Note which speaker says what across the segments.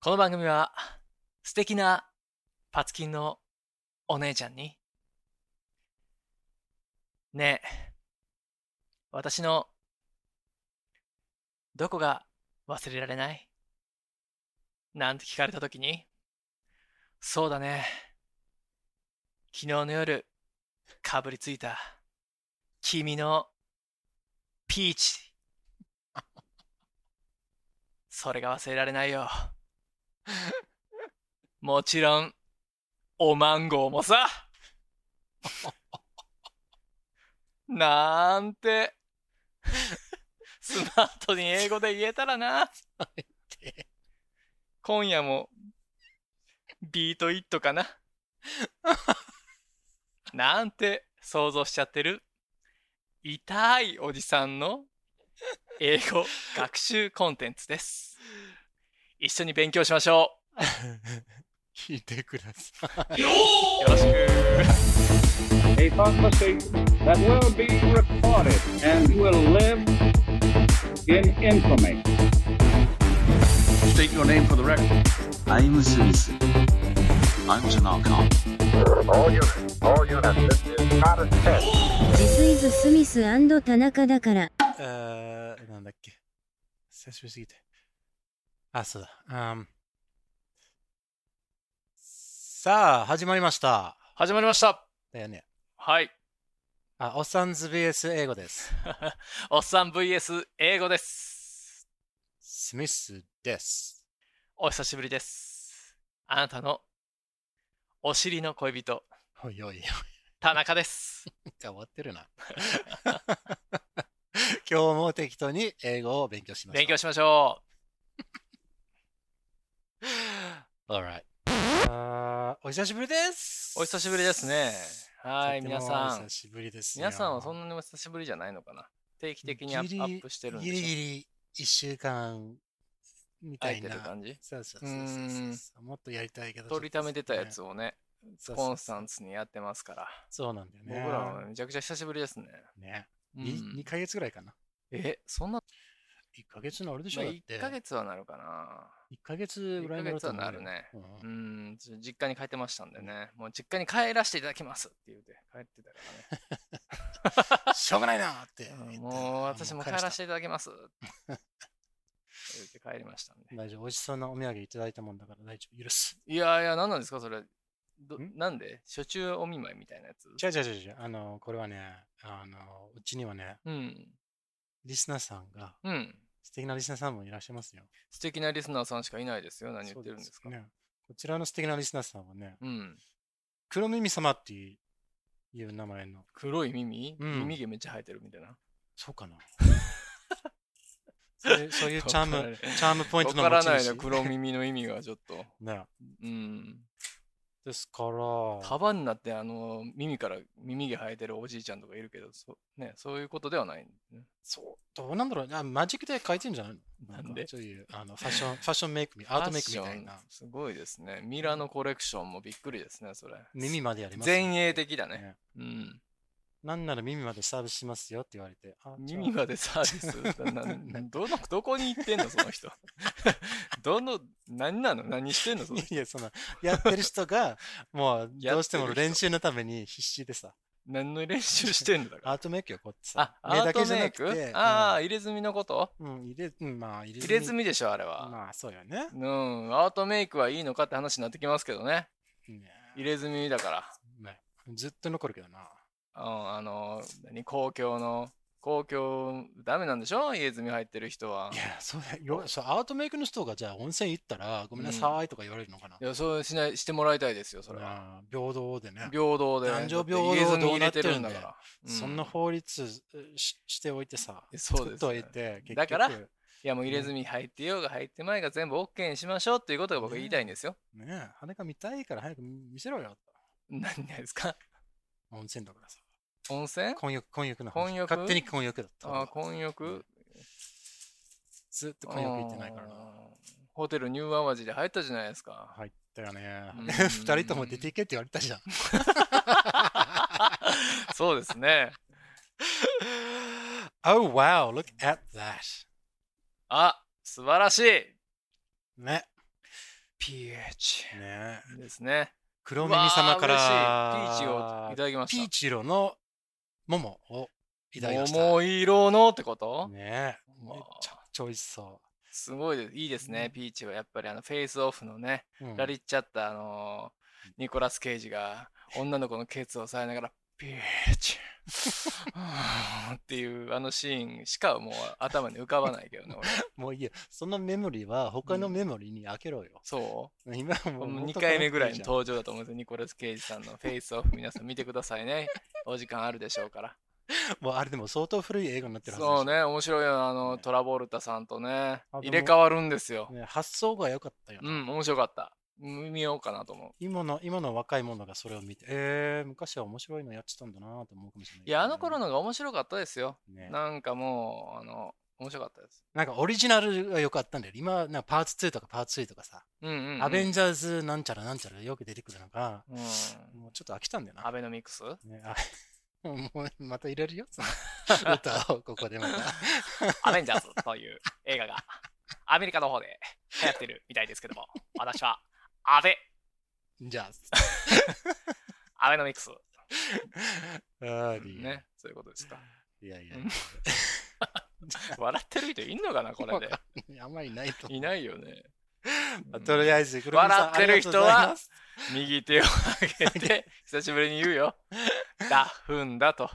Speaker 1: この番組は素敵なパツキンのお姉ちゃんにねえ私のどこが忘れられないなんて聞かれた時にそうだね昨日の夜かぶりついた君のピーチそれが忘れられないよもちろん、おマンゴーもさ。なんて、スマートに英語で言えたらな。今夜も、ビートイットかな。なんて想像しちゃってる。痛いおじさんの英語学習コンテンツです。一緒に勉強しましょう。
Speaker 2: 聞いてくださ
Speaker 1: よろしく。
Speaker 3: a conversation that will be recorded and will live in infamy.
Speaker 4: State your name for the record.
Speaker 5: I'm Smith. I'm Tanaka.
Speaker 6: All units, all units, this is not a test.
Speaker 7: ジスイズ・スミス田中だから。
Speaker 2: い。あーなんだっけ。久しぶりすぎて。あ、そうだ。あーさあ、始まりました。
Speaker 1: 始まりました。
Speaker 2: だよね。
Speaker 1: はい。
Speaker 2: あ、おっさんず BS 英語です。
Speaker 1: おっさん VS 英語です。
Speaker 2: スミスです。
Speaker 1: お久しぶりです。あなたのお尻の恋人、
Speaker 2: おいおい、
Speaker 1: 田中 です。
Speaker 2: 終わってるな。今日も適当に英語を勉強しまし
Speaker 1: 勉強
Speaker 2: ょ
Speaker 1: しましょ
Speaker 2: う。Alright。あーお久しぶりです。
Speaker 1: う。お久しぶりですね。はい、
Speaker 2: とても
Speaker 1: 皆さん
Speaker 2: お久。しぶりですよ。
Speaker 1: 皆さんはそんなにお久しぶりじゃないのかな定期的にアッ
Speaker 2: ギリ
Speaker 1: プアップしてるんで
Speaker 2: ギリギ
Speaker 1: しょ
Speaker 2: リ1週間みた
Speaker 1: 空い
Speaker 2: い
Speaker 1: て
Speaker 2: な。
Speaker 1: る感じ
Speaker 2: そうそうそうそうそう
Speaker 1: うーん
Speaker 2: もっとやりたいけど。
Speaker 1: 取りためてたやつ
Speaker 2: を。
Speaker 1: をね、
Speaker 2: そうそう
Speaker 1: コンスタンツにやってますから。
Speaker 2: そうなんだよね。
Speaker 1: 僕らはめちゃくちゃ久しぶりですね。
Speaker 2: ね。
Speaker 1: うん
Speaker 2: に2ヶ月ぐらいかな。
Speaker 1: え、そんな、
Speaker 2: 1ヶ月のあれでし
Speaker 1: ま
Speaker 2: ょ
Speaker 1: あ、
Speaker 2: だっ
Speaker 1: 1
Speaker 2: て。
Speaker 1: ヶ月はなるかな。
Speaker 2: 1ヶ月ぐらいの
Speaker 1: 一ヶ月はなるね。
Speaker 2: うん
Speaker 1: うーん、ちょ実家に帰ってましたんでね、もう実家に帰らせていただきますって言うて、帰ってたか
Speaker 2: しょうがないなって
Speaker 1: らね。
Speaker 2: 言って。
Speaker 1: もう私も帰らせ
Speaker 2: て。
Speaker 1: ていただきます。言って帰りましたんで。
Speaker 2: 大丈夫。美味しそうなお土産いただいたもんだから大丈夫。許す。
Speaker 1: いやいや、何なんですか、それ。ど
Speaker 2: ん
Speaker 1: なんで初中お見舞いみたいなやつ
Speaker 2: 違う違う違う違う。あの、これはね、あの、うちにはね、
Speaker 1: うん。
Speaker 2: リスナーさんが、
Speaker 1: うん。
Speaker 2: 素敵なリスナーさんもいらっしゃいますよ。
Speaker 1: 素敵なリスナーさんしかいないですよ。何言ってるんですか
Speaker 2: そうねこちらの素敵なリスナーさんはね、
Speaker 1: うん。
Speaker 2: 黒耳様っていう名前の。
Speaker 1: 黒い耳、
Speaker 2: うん
Speaker 1: 耳毛めっちゃ生えてるみたいな。
Speaker 2: そうかなそういうそういう チャーム、チャームポイントの
Speaker 1: わ
Speaker 2: 持
Speaker 1: から
Speaker 2: ち
Speaker 1: ないな、
Speaker 2: 主。
Speaker 1: 黒耳の意味がちょっと。
Speaker 2: ね。
Speaker 1: うん。
Speaker 2: ですから、
Speaker 1: 束になってあの耳から耳毛生えてるおじいちゃんとかいるけどそう,、ね、そういうことではないんだね
Speaker 2: そう、どうなんだろうあマジックで書いてんじゃないの
Speaker 1: なんで
Speaker 2: かそういうあのファッション、ファ ッションメイクみ、アートメイクみたい
Speaker 1: ファッ
Speaker 2: な
Speaker 1: ション。すごいですねミラノコレクションもびっくりですねそれ
Speaker 2: 耳までやりますよ。
Speaker 1: 前衛的だね
Speaker 2: ね
Speaker 1: うん
Speaker 2: なんなら耳までサービスしますよって言われて。あじゃあ
Speaker 1: 耳までサービス ななどのどこに行ってんのその人 どの何なの何してんのその人
Speaker 2: いや、その、やってる人が、 もう、
Speaker 1: やってる人
Speaker 2: どうしても練習のために必死でさ、
Speaker 1: 何の練習してんのだか
Speaker 2: ア
Speaker 1: ら
Speaker 2: ートメイクよ、こうやってさ
Speaker 1: あ、アートメイ
Speaker 2: 目だけ
Speaker 1: ク
Speaker 2: じゃなくて
Speaker 1: ああ、
Speaker 2: うん
Speaker 1: 入れ墨のこと
Speaker 2: うん、入れ、うん、まあ、入れ
Speaker 1: 入れ墨でしょあれは、
Speaker 2: まあ、そうよね。
Speaker 1: うんアートメイクはいいのかって話になってきますけどね
Speaker 2: ね
Speaker 1: 入れ墨だから
Speaker 2: ねずっと残るけどな。
Speaker 1: うん、あの、何、公共の、公共、ダメなんでしょ家住み入ってる人は。
Speaker 2: いや、そうだよ。そうアートメイクの人が、じゃあ温泉行ったら、ごめんなさいとか言われるのかな。
Speaker 1: いや、そうしない、してもらいたいですよ、それは。
Speaker 2: ああ平等でね。
Speaker 1: 平等で。
Speaker 2: 男女平
Speaker 1: だって
Speaker 2: 等
Speaker 1: 入れ墨
Speaker 2: ど
Speaker 1: 入
Speaker 2: うな
Speaker 1: れ
Speaker 2: って
Speaker 1: てるん
Speaker 2: るん
Speaker 1: だか
Speaker 2: だ
Speaker 1: ら。
Speaker 2: そんな
Speaker 1: う
Speaker 2: 法律えししておいてさ、
Speaker 1: そうですね
Speaker 2: 作っといて、結局
Speaker 1: だからいや、もう入れ墨入ってようが入ってまいが全部 OK にしましょうっていうことが僕
Speaker 2: ねえ
Speaker 1: 言いたいんですよ。
Speaker 2: ねえ、羽が見たいから早く見せろよ。
Speaker 1: 何がですか
Speaker 2: 温泉だからさ。
Speaker 1: 温泉
Speaker 2: 婚浴、婚浴の話
Speaker 1: 混浴
Speaker 2: 勝手に婚浴だった。
Speaker 1: あ、混
Speaker 2: う
Speaker 1: 浴
Speaker 2: んずっと婚浴行ってないからな
Speaker 1: あ。ーホテルニューアワジで入ったじゃないです か。
Speaker 2: 入ったよね。
Speaker 1: うん
Speaker 2: 二人とも出ていけって言われ たじゃん。
Speaker 1: そうですね。
Speaker 2: oh wow, look at that.
Speaker 1: あ、素晴らしい
Speaker 2: ね。
Speaker 1: PH
Speaker 2: ねえ
Speaker 1: ですね。
Speaker 2: 黒耳様から
Speaker 1: わあ嬉しいピーチをいただきました。
Speaker 2: ピーチ色の桃をいただきました。
Speaker 1: 桃色のってこと、
Speaker 2: ねえ、
Speaker 1: まあ
Speaker 2: めちゃくちゃ美味しそ
Speaker 1: すごいです。いいですね、ピーチは。やっぱりあの、フェイスオフのね、
Speaker 2: う。うん
Speaker 1: ラリっちゃったあのーニコラス・ケイジが女の子のケツを押さえながら、ピー チうーんっていうあのシーンしかもう頭に浮かばないけどね、俺
Speaker 2: もういいよ。そのメモリーは他のメモリーに開けろよ。
Speaker 1: そう
Speaker 2: 今もう元
Speaker 1: 2
Speaker 2: から
Speaker 1: 回目ぐらいの
Speaker 2: じゃん
Speaker 1: 登場だと思うんです よ。ニコラス・ケイジさんのフェイスオフ、皆さん見てください ね。お時間あるでしょうから。
Speaker 2: もうあれでも相当古い映画になってるはずだし
Speaker 1: そう。ね、面白いよ。あの、
Speaker 2: ね
Speaker 1: トラボルタさんとね
Speaker 2: あ、でも
Speaker 1: 入れ替わるんですよ。
Speaker 2: ね発想が良かったよ
Speaker 1: う
Speaker 2: な、
Speaker 1: ん、面白かった。見ようかなと思う。
Speaker 2: 今の。今の若い者がそれを見て、えー、昔は面白いのやってたんだなと思うかもしれないけどね、
Speaker 1: いや、あの頃のが面白かったですよ。
Speaker 2: ね、な
Speaker 1: なんかもう、あの、面白かったです。
Speaker 2: んかオリジナルが良かったんだよ。今、なんかパーツ2とかパーツ3とかさ、
Speaker 1: うんうん、うん。
Speaker 2: アベンジャーズなんちゃらなんちゃらよく出てくるのが、
Speaker 1: うん。
Speaker 2: もうちょっと飽きたんだよな。
Speaker 1: アベノミクス
Speaker 2: ね、あもうまた入れるよ、そ の歌をここでまた。
Speaker 1: アベンジャーズという映 画がアメリカの方で流行ってるみたいですけども、私はアベ、
Speaker 2: じゃ
Speaker 1: アベノミクス。
Speaker 2: あ、あーリー
Speaker 1: ね、そういうことですか。
Speaker 2: いやいや
Speaker 1: うん、笑ってる人いんのか な、これで。
Speaker 2: あんまりないと思
Speaker 1: いないよね。
Speaker 2: う。とりあえず、黒木さん
Speaker 1: 笑ってる人、
Speaker 2: ありがとうございま
Speaker 1: は
Speaker 2: す
Speaker 1: 右手を上げ て、久しぶりに言うよ。だ、ふんだと、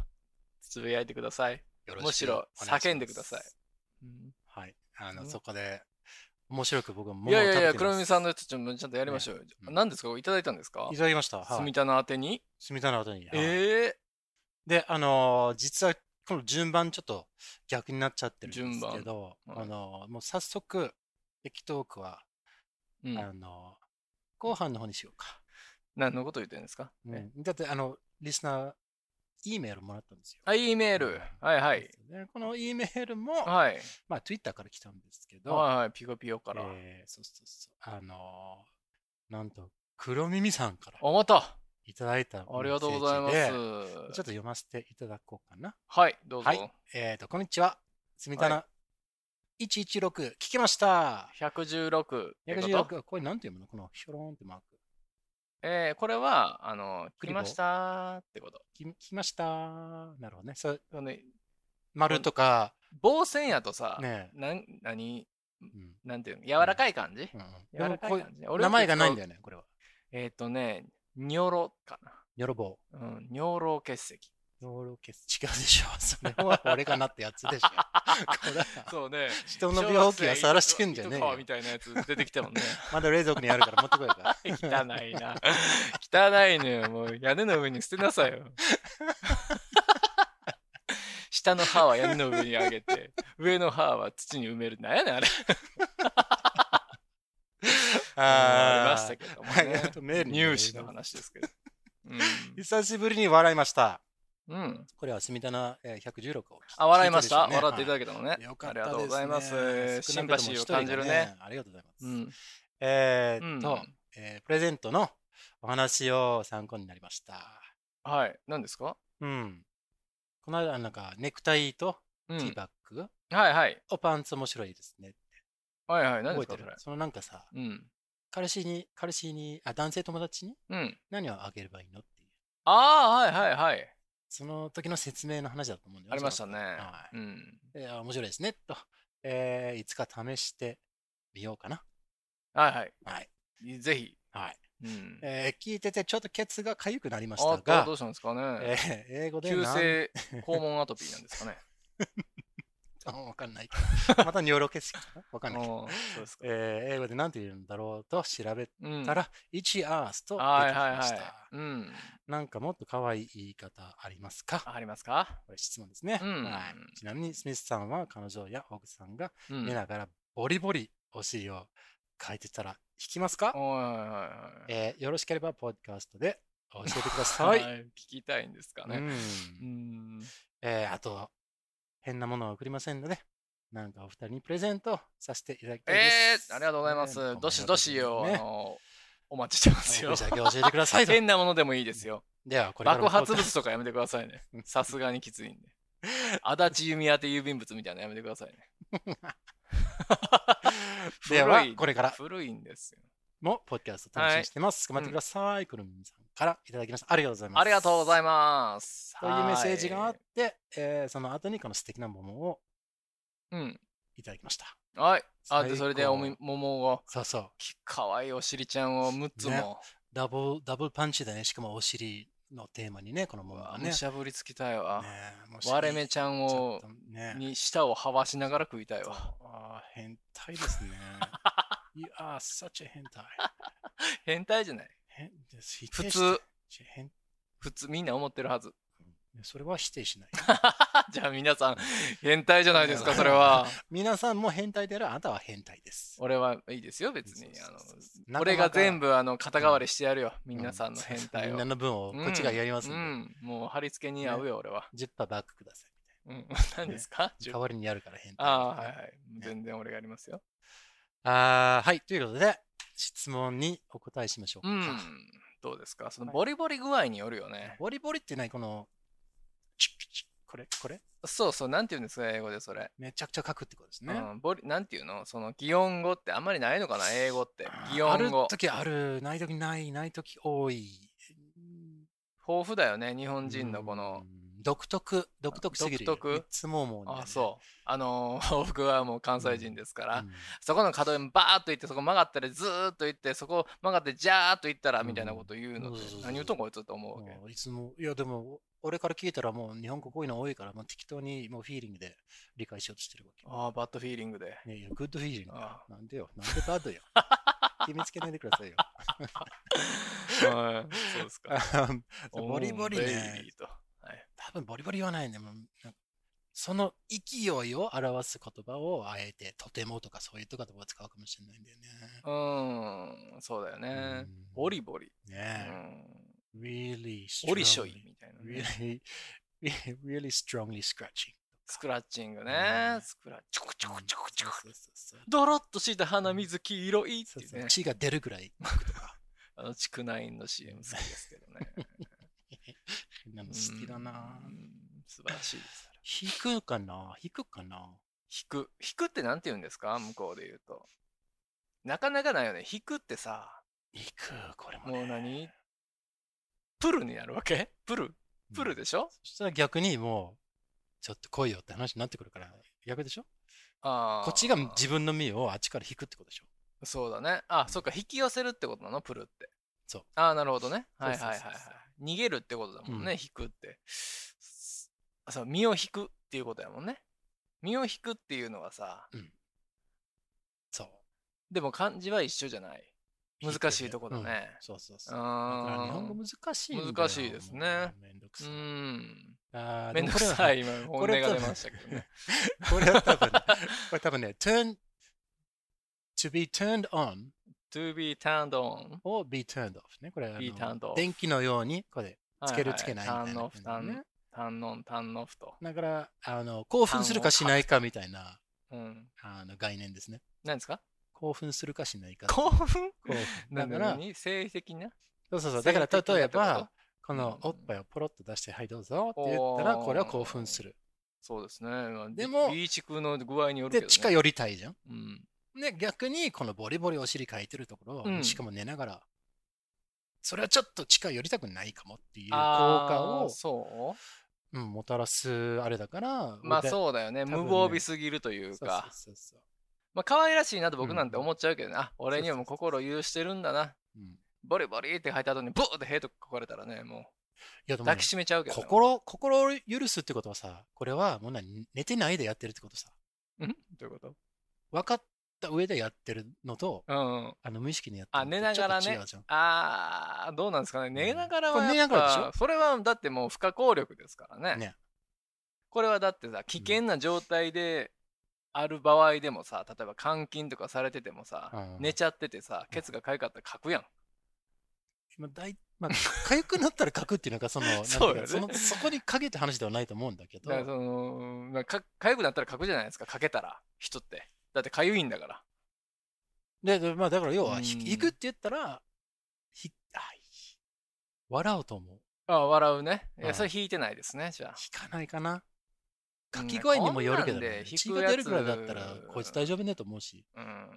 Speaker 1: つぶやいてください。
Speaker 2: よ
Speaker 1: むしろ
Speaker 2: お願いします
Speaker 1: 叫んでください。
Speaker 2: はい。あの、
Speaker 1: うん
Speaker 2: そこで、面白く僕はも
Speaker 1: いやいやいや、黒
Speaker 2: 黒
Speaker 1: 耳さんのやつちょっとちゃんとやりましょうよ。
Speaker 2: うん
Speaker 1: 何ですかいただいたんですか
Speaker 2: いただきました。は
Speaker 1: 住
Speaker 2: い。
Speaker 1: 田の宛てに
Speaker 2: 住田の後に。はい
Speaker 1: え
Speaker 2: で、あのー実は、この順番ちょっと逆になっちゃってるんです
Speaker 1: 順番
Speaker 2: けど、
Speaker 1: はい
Speaker 2: あのーもう早速、駅トークは、
Speaker 1: えうん
Speaker 2: あのー後半の方にしようか。
Speaker 1: 何のこと言ってるんですか
Speaker 2: ねだって、あの、リスナー、E メールもらったんですよ。
Speaker 1: あ、E メール。はいはい
Speaker 2: で。すよね。この E メールも、
Speaker 1: はい。
Speaker 2: まあ、Twitter から来たんですけど、
Speaker 1: はいはい、ピコピコから。
Speaker 2: えーそうそうそう。あのーなんと、黒耳さんから
Speaker 1: あ、またあ
Speaker 2: いただいたメッセージで。
Speaker 1: りがとうございま
Speaker 2: ちょっと
Speaker 1: す。
Speaker 2: 読ませていただこうかな。
Speaker 1: はい、どうぞ。
Speaker 2: はいえっ、と、こんにちは。住みたな、116、聞きました。
Speaker 1: 116ってこと。
Speaker 2: 116、これなんて読むのこのひょろんってマーク。
Speaker 1: えーこれは、あの、
Speaker 2: ク
Speaker 1: 来
Speaker 2: リボー
Speaker 1: ましたってこと。
Speaker 2: き聞きました。なるほどね。そう
Speaker 1: あのね
Speaker 2: 丸とか、
Speaker 1: 防線やとさ、
Speaker 2: ね
Speaker 1: なん、何、
Speaker 2: うん
Speaker 1: なんていうの、柔らかい感じ
Speaker 2: うん
Speaker 1: 柔らかい
Speaker 2: こう
Speaker 1: 感じね。俺
Speaker 2: 名前がないんだ
Speaker 1: よ。
Speaker 2: よね、これは。
Speaker 1: えっとね、尿路か
Speaker 2: ニョロボ
Speaker 1: な。うん、尿路結石。
Speaker 2: ー。ニョロケス。違うでしょ。それ は俺がなってやつでしょ。これは
Speaker 1: そうね。
Speaker 2: 人の病気がさらしてんじゃねえ
Speaker 1: 小学生糸川
Speaker 2: よ
Speaker 1: み。たいなやつ出てきたもんね。
Speaker 2: まだ冷蔵庫にあるから持ってこいよ か
Speaker 1: 汚いな。 汚いのよ。もう屋根の上に捨てなさい よ。下の歯は屋根の上に上げて、上の歯は土に埋める。なんやねん、あれ。ありましたけども、
Speaker 2: はいあとメー
Speaker 1: ね。
Speaker 2: ルにも
Speaker 1: 入試の話ですけど。
Speaker 2: 久しぶりに笑いました。
Speaker 1: うん。うん、
Speaker 2: これは住棚えー116を聞いたでょうね。
Speaker 1: あ、笑いました。笑っていただ
Speaker 2: だ
Speaker 1: けたのね。
Speaker 2: よかった
Speaker 1: ありがと
Speaker 2: です、ね。
Speaker 1: うございます。シ
Speaker 2: 少
Speaker 1: ン
Speaker 2: な
Speaker 1: パ
Speaker 2: く
Speaker 1: シ
Speaker 2: とも
Speaker 1: ー
Speaker 2: 一
Speaker 1: を
Speaker 2: 人が
Speaker 1: 感じるね。。
Speaker 2: ありがとうございます。
Speaker 1: うん。
Speaker 2: えーっと、
Speaker 1: うん
Speaker 2: えープレゼントのお話を参考になりました。
Speaker 1: はい。何ですか
Speaker 2: うん。この間、なんか、ネクタイと
Speaker 1: う
Speaker 2: ティー
Speaker 1: ん。
Speaker 2: バッグ、
Speaker 1: はいはい。
Speaker 2: おパンツ面白いですね。
Speaker 1: はいはい。何で
Speaker 2: 覚え
Speaker 1: すか
Speaker 2: て
Speaker 1: そ
Speaker 2: る
Speaker 1: れ。
Speaker 2: そのなんかさ、
Speaker 1: うん。
Speaker 2: 彼氏に、彼氏に、あ、男性友達に
Speaker 1: うん。
Speaker 2: 何をあげればいいのっていう。
Speaker 1: ああ、はいはいはい。
Speaker 2: その時の説明の話だと思うんだよ
Speaker 1: ありましたね。
Speaker 2: はい
Speaker 1: うん。
Speaker 2: えー面白いですね、と。えーいつか試してみようかな。
Speaker 1: はいはい。
Speaker 2: はい。
Speaker 1: ぜひ。
Speaker 2: はい。
Speaker 1: うん。
Speaker 2: えー聞いてて、ちょっとケツが痒くなりまし
Speaker 1: あ
Speaker 2: た
Speaker 1: っと、
Speaker 2: が
Speaker 1: ど、うしたんですかね。
Speaker 2: えー英語で
Speaker 1: 急
Speaker 2: なん
Speaker 1: 性肛門アトピーなんですかね。
Speaker 2: あわかんないけど。ま た尿路結石か なわか
Speaker 1: あ
Speaker 2: んないけど。
Speaker 1: ーそうですか。
Speaker 2: えー英語で何て言うんだろうと調べ
Speaker 1: うん。
Speaker 2: た
Speaker 1: はい
Speaker 2: ら、1アースと出てき
Speaker 1: はい
Speaker 2: まし
Speaker 1: は
Speaker 2: た。
Speaker 1: い。うん。
Speaker 2: なんかもっと可愛い言い方ありますか
Speaker 1: ありますか
Speaker 2: これ質問ですね、
Speaker 1: うん
Speaker 2: はい。ちなみにスミスさんは彼女や奥さんが
Speaker 1: うん。
Speaker 2: 見
Speaker 1: はい
Speaker 2: ながらボリボリお尻を書いてたら弾きますか、
Speaker 1: はいはいはい。
Speaker 2: えーよろしければポッドキャストで教えてください。
Speaker 1: 聞きたいんですか
Speaker 2: う
Speaker 1: ね。
Speaker 2: ん
Speaker 1: うん。
Speaker 2: えーあと、変なものは送りませんので、なんかお二人にプレゼントさせていただきたい
Speaker 1: え
Speaker 2: です。
Speaker 1: ー、ありがとうございます
Speaker 2: ねなんか。も
Speaker 1: どしどしよ、あ
Speaker 2: ね
Speaker 1: の、お待ちしてます
Speaker 2: お
Speaker 1: よ
Speaker 2: 送。り先教えてくださ いと。
Speaker 1: 変なものでもいいですよ。
Speaker 2: では、これから
Speaker 1: 爆
Speaker 2: も。
Speaker 1: 発物とかやめてくださいね
Speaker 2: 。
Speaker 1: さすがにきついんで。足立弓当て郵便物みたいなのやめてくださいね
Speaker 2: では、これから
Speaker 1: 古いんですよ。
Speaker 2: もポッドキャスト楽しみにしてます。頑張ってください。くるみさんからいただきました。ありがとうございます。
Speaker 1: ありがとうござい
Speaker 2: ま
Speaker 1: ます。
Speaker 2: というメッセージがあ
Speaker 1: は
Speaker 2: っ
Speaker 1: い
Speaker 2: て、えーその後にこの素敵な桃を
Speaker 1: うん。
Speaker 2: いただきました。
Speaker 1: はい。あ、で、
Speaker 2: 最高
Speaker 1: それでおみ、桃を、
Speaker 2: そうそう。
Speaker 1: き可愛いお尻ちゃんを6つ
Speaker 2: ね
Speaker 1: も。
Speaker 2: ダブル、ダブルパンチだね。しかもお尻のテーマにね、この
Speaker 1: う
Speaker 2: 桃
Speaker 1: わ
Speaker 2: がね。
Speaker 1: むしゃぶりつきたいわ。
Speaker 2: ねもう
Speaker 1: 割れ目ちゃんを
Speaker 2: ちょっとね
Speaker 1: に舌をはわしながら食いたい
Speaker 2: そう
Speaker 1: わ。
Speaker 2: あー変態で すね。you are such a 変態。
Speaker 1: 変態じゃない。
Speaker 2: 変です否
Speaker 1: 普
Speaker 2: 定して
Speaker 1: 通、
Speaker 2: し変
Speaker 1: 普通、みんな思ってる はず。
Speaker 2: それは否定しない。
Speaker 1: じゃあ皆さん、変態じゃないですか、
Speaker 2: いや
Speaker 1: それは。
Speaker 2: 皆さんも変態であるあなたは変態です。
Speaker 1: 俺はいいですよ、別に
Speaker 2: そう。そうそうそう
Speaker 1: あの俺が全
Speaker 2: 部
Speaker 1: 部あの肩代わりしてやるよ、皆さんの変態
Speaker 2: み
Speaker 1: を
Speaker 2: んな。の分をこっちがやりますん
Speaker 1: う
Speaker 2: で、
Speaker 1: ん、もう貼り付けに合うよ、俺は。
Speaker 2: 10%バックくださいみ
Speaker 1: うん、何ですか
Speaker 2: たいな。代わりにやるから変態。
Speaker 1: ああ、はいはい。全然俺がやりますよ。
Speaker 2: あーはい。ということで、質問にお答えしましょう
Speaker 1: う
Speaker 2: か。
Speaker 1: ん、どうですかそのボリボリ具合によるよね。
Speaker 2: ボリボリってないこの、チッチッチッこれ、これ、
Speaker 1: そうそう、なんて言うんですか、英語でそれ。
Speaker 2: めちゃくちゃ書くってことですね。
Speaker 1: うん、ボリなんていうのその擬音語ってあんまりないのかな英語って
Speaker 2: あ。ー
Speaker 1: 擬
Speaker 2: あ
Speaker 1: 音
Speaker 2: る
Speaker 1: 語。
Speaker 2: 時ある、ない時ない、ない時多い。
Speaker 1: 豊富だよね、日本人のこの。
Speaker 2: うん、独特、独特すぎるよ。
Speaker 1: 独特
Speaker 2: いつも思うんだよね、
Speaker 1: あ、そう。あのー 僕はもう関西人ですから、
Speaker 2: うん
Speaker 1: そこの角にバーッと行って、そこ曲がったり、ずーっと行って、そこ曲がって、ジャーッと行ったら、みたいなこと言うので、
Speaker 2: うん
Speaker 1: 何言うとんこいつと思うわけ。
Speaker 2: もういつも、いやでも、俺から聞いたらもう日本語こういうの多いから、もう適当にもうフィーリングで理解しようとしてるわけ。
Speaker 1: ああ、バッドフィーリングで。
Speaker 2: いやいや、グッドフィーリングだよ
Speaker 1: あ。
Speaker 2: なんでよ、なんでバッド よ。 気見つけないでくださいよ。
Speaker 1: はいそうです か。
Speaker 2: ボリボ
Speaker 1: オ
Speaker 2: リ
Speaker 1: ーベイ
Speaker 2: ね
Speaker 1: ビ、ーと
Speaker 2: 多分ボリボリ言わないね。もうなんかその勢いを表す言葉をあえて、とてもとかそういう言葉を使うかもしれないんだよね。
Speaker 1: うーん、そうだよね。ボリボリ。
Speaker 2: リ。
Speaker 1: うん。
Speaker 2: ねえ。really
Speaker 1: ボリショ
Speaker 2: strongly
Speaker 1: イみたいなね。
Speaker 2: Really, really strongly scratching.
Speaker 1: スクラッチング
Speaker 2: う
Speaker 1: ね
Speaker 2: ん。
Speaker 1: スクラッチ。ちょくちょくちょくちょく。
Speaker 2: そうそうそうそう
Speaker 1: ドロッとした鼻水黄色いっ
Speaker 2: そう
Speaker 1: て
Speaker 2: そう
Speaker 1: ね。
Speaker 2: 血が出るぐらい書くとか。
Speaker 1: あの、チクナインの CM 好きですけど ね。
Speaker 2: 変なの好きだな
Speaker 1: う。ん。素晴らしいです。
Speaker 2: 引くかな引くかな
Speaker 1: 引く。引くってなんて言うんですか向こうで言うと。なかなかないよね。引くってさ、
Speaker 2: 引く、これも、ね。
Speaker 1: もう何プルになるわけプルプル
Speaker 2: で。
Speaker 1: でしょ
Speaker 2: そしたら逆にもう、ちょっと来いよって話になってくるから、逆でしょ
Speaker 1: ああ。
Speaker 2: こっちが自分の身をあっちから引くってことでしょ
Speaker 1: そうだね。あ、そっか、引き寄せるってことなの、プルって。
Speaker 2: そう。
Speaker 1: ああ、なるほどね。
Speaker 2: そう
Speaker 1: は
Speaker 2: そ
Speaker 1: いう
Speaker 2: そうそう
Speaker 1: はいはいはい。逃げるってことだもんね、
Speaker 2: うん
Speaker 1: 引くって。あそう、身を引くっていうことやもんね。身を引くっていうのはさ、
Speaker 2: そう。
Speaker 1: でも漢字は一緒じゃない。難しいとこだね
Speaker 2: うんそうそう
Speaker 1: う
Speaker 2: そう。だから日
Speaker 1: ー
Speaker 2: 本語
Speaker 1: ん。
Speaker 2: 難しいんだよ。
Speaker 1: 難しいですね
Speaker 2: もう。めんどく
Speaker 1: う
Speaker 2: さい。
Speaker 1: ん。
Speaker 2: あー
Speaker 1: め
Speaker 2: で
Speaker 1: ん
Speaker 2: も
Speaker 1: ど
Speaker 2: こ
Speaker 1: く
Speaker 2: れは
Speaker 1: さい、今、本
Speaker 2: こ
Speaker 1: 音
Speaker 2: れ
Speaker 1: が
Speaker 2: は
Speaker 1: 出ましたけどね。
Speaker 2: これは多分、これ多分ね、turn, to be turned on
Speaker 1: to be turned on.
Speaker 2: を be turned off ね。これ、あの
Speaker 1: be turned off
Speaker 2: 電気のように、これ、つけるつけないみたい
Speaker 1: turn
Speaker 2: な
Speaker 1: off
Speaker 2: 感じ、ね。
Speaker 1: turn turn on, turn off と。
Speaker 2: だから、あの、興奮するかしないかみたいな、
Speaker 1: うん。
Speaker 2: あの、概念ですね。
Speaker 1: 何ですか
Speaker 2: 興奮するかしないか。
Speaker 1: 興奮
Speaker 2: 興奮だか
Speaker 1: な
Speaker 2: ら
Speaker 1: ん、に性的な
Speaker 2: そうそうそう。だから、例えば、、この
Speaker 1: うん
Speaker 2: おっぱいをポロッと出して、はい、どうぞって言ったら、
Speaker 1: おー
Speaker 2: これは興奮する。
Speaker 1: そうですね。まあ
Speaker 2: で
Speaker 1: ビ
Speaker 2: も
Speaker 1: ビーチクの具合によるけ
Speaker 2: で、
Speaker 1: ど、ね。
Speaker 2: 地下寄りたいじゃん。
Speaker 1: うん。
Speaker 2: ね、逆に、このボリボリお尻かいてるところを、
Speaker 1: うん
Speaker 2: しかも寝ながら、それはちょっと地下寄りたくないかもっていう効
Speaker 1: あー
Speaker 2: 果を、
Speaker 1: そ
Speaker 2: うん、もたらすあれだから、
Speaker 1: うまあ
Speaker 2: 俺
Speaker 1: そうだよね。
Speaker 2: 多分ね
Speaker 1: 無防備すぎるという
Speaker 2: そうそう
Speaker 1: か。
Speaker 2: そうそう
Speaker 1: まあ可愛らしいなと
Speaker 2: う
Speaker 1: 僕
Speaker 2: ん
Speaker 1: なんて思っちゃうけどね。あ、俺にはもう心を許してるんだな。
Speaker 2: うんい
Speaker 1: ボリボリって入った後にブーってヘイと書かれたらね、も
Speaker 2: やで
Speaker 1: う
Speaker 2: もね
Speaker 1: 抱きしめちゃうけどね。
Speaker 2: 心、心を許すってことはさ、これはもうな寝てないでやってるってことさ、
Speaker 1: んどういうこと
Speaker 2: 分かった上でやってるのと、
Speaker 1: うんうん。
Speaker 2: あの無意識にやってるのと
Speaker 1: あ寝ながらね
Speaker 2: ちょっと違うじゃん。
Speaker 1: あー、どうなんですかね。寝ながら
Speaker 2: こ
Speaker 1: は
Speaker 2: れ寝
Speaker 1: や
Speaker 2: な
Speaker 1: っ
Speaker 2: がらでしょ
Speaker 1: ぱ、それはだってもう不可抗力ですからね。
Speaker 2: ね
Speaker 1: これはだってさ、危険な状態である場合でもさ、例えば監禁とかされててもさ、
Speaker 2: うん
Speaker 1: 寝ちゃっててさ、ケツがかゆかったら書くやん。
Speaker 2: まあ、だい まあ、かゆくなったら書くっていうのが、その、なんてい
Speaker 1: そうよね
Speaker 2: かそのそこにかけって話ではないと思うんだけど
Speaker 1: だか、らその、まあかかゆくなったら書くじゃないですか、かけたら、人って。だってかゆいんだから。
Speaker 2: ででまあ、だから要は、
Speaker 1: うん
Speaker 2: ひ引くって言ったら、ひあひ笑うと思う。
Speaker 1: ああ笑うね。いうや、
Speaker 2: ん
Speaker 1: それ引いてないですね、じゃあ。
Speaker 2: 引かないかな。
Speaker 1: うん
Speaker 2: 書き具合にもよるけど、
Speaker 1: こんなん
Speaker 2: ね
Speaker 1: で、引く
Speaker 2: 血が出る
Speaker 1: やつ
Speaker 2: ぐらいだったら、こいつ大丈夫ねと思うし、
Speaker 1: うん。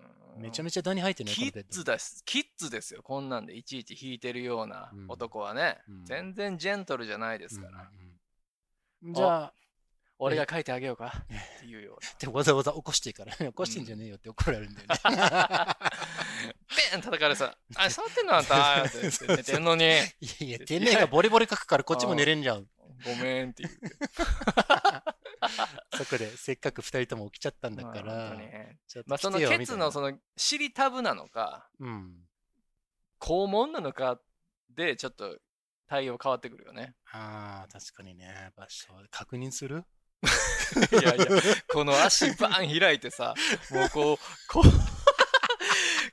Speaker 2: めちゃめちゃダニ入ってるね。
Speaker 1: キ
Speaker 2: この
Speaker 1: ッ
Speaker 2: ベッド
Speaker 1: ズだし、キッズですよ。こんなんでいちいち弾いてるような
Speaker 2: うん
Speaker 1: 男はね、
Speaker 2: うん
Speaker 1: 全然ジェントルじゃないですから。
Speaker 2: うんうんじゃあ、
Speaker 1: 俺が書いてあげようかっ ていうよう
Speaker 2: でわざわざ起こし てからね、起こしてんじゃねえよって怒られるんだよね。
Speaker 1: な。ペン叩かれ さ、あ、触ってんのあんたって言って寝てんのに、
Speaker 2: いや いや、てめえがボリボリ書くからこっちも寝れんじゃん。
Speaker 1: ごめんって言って。
Speaker 2: そこでせっかく二人とも起きちゃったんだか
Speaker 1: まあ
Speaker 2: ら
Speaker 1: 本当。にね
Speaker 2: ちょっ
Speaker 1: ま
Speaker 2: と
Speaker 1: あ、そ
Speaker 2: 来
Speaker 1: の
Speaker 2: てよ
Speaker 1: ケ
Speaker 2: みた
Speaker 1: ツ
Speaker 2: いな
Speaker 1: のその尻タブなのか、
Speaker 2: うん。
Speaker 1: 肛門なのかで、ちょっと対応変わってくるよね。
Speaker 2: ああ、確かにね。場所確認する
Speaker 1: いやいや、この足バーン開いてさ、もうこう、こう、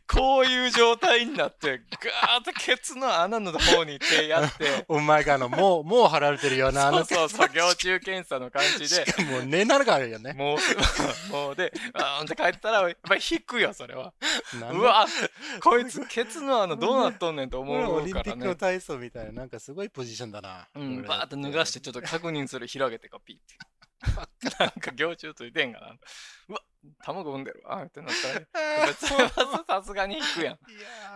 Speaker 1: こういう状態になって、ガーッとケツの穴の方に手やって、
Speaker 2: お前があの、もう、もう払われてるよな、あ
Speaker 1: そう
Speaker 2: の、
Speaker 1: そうそう、行中検査の感じ
Speaker 2: し
Speaker 1: で、
Speaker 2: かも寝ながらよね。
Speaker 1: もう、もうで、あーんって帰ったら、やっぱり引くよ、それは。
Speaker 2: なんだ
Speaker 1: うわ、こいつ、ケツの穴どうなっとんねんと
Speaker 2: これオ
Speaker 1: 思う
Speaker 2: リン
Speaker 1: か
Speaker 2: ピ
Speaker 1: ら
Speaker 2: ックの
Speaker 1: ね。
Speaker 2: 体操みたいな、なんかすごいポジションだな。
Speaker 1: うん、バーッと脱がして、ちょっと確認する、広げてこう、ピーって。 なんか行中ついてんかな。うわ、卵産んでるわ、ってなったら、
Speaker 2: あー。
Speaker 1: それはさすがに引くやん。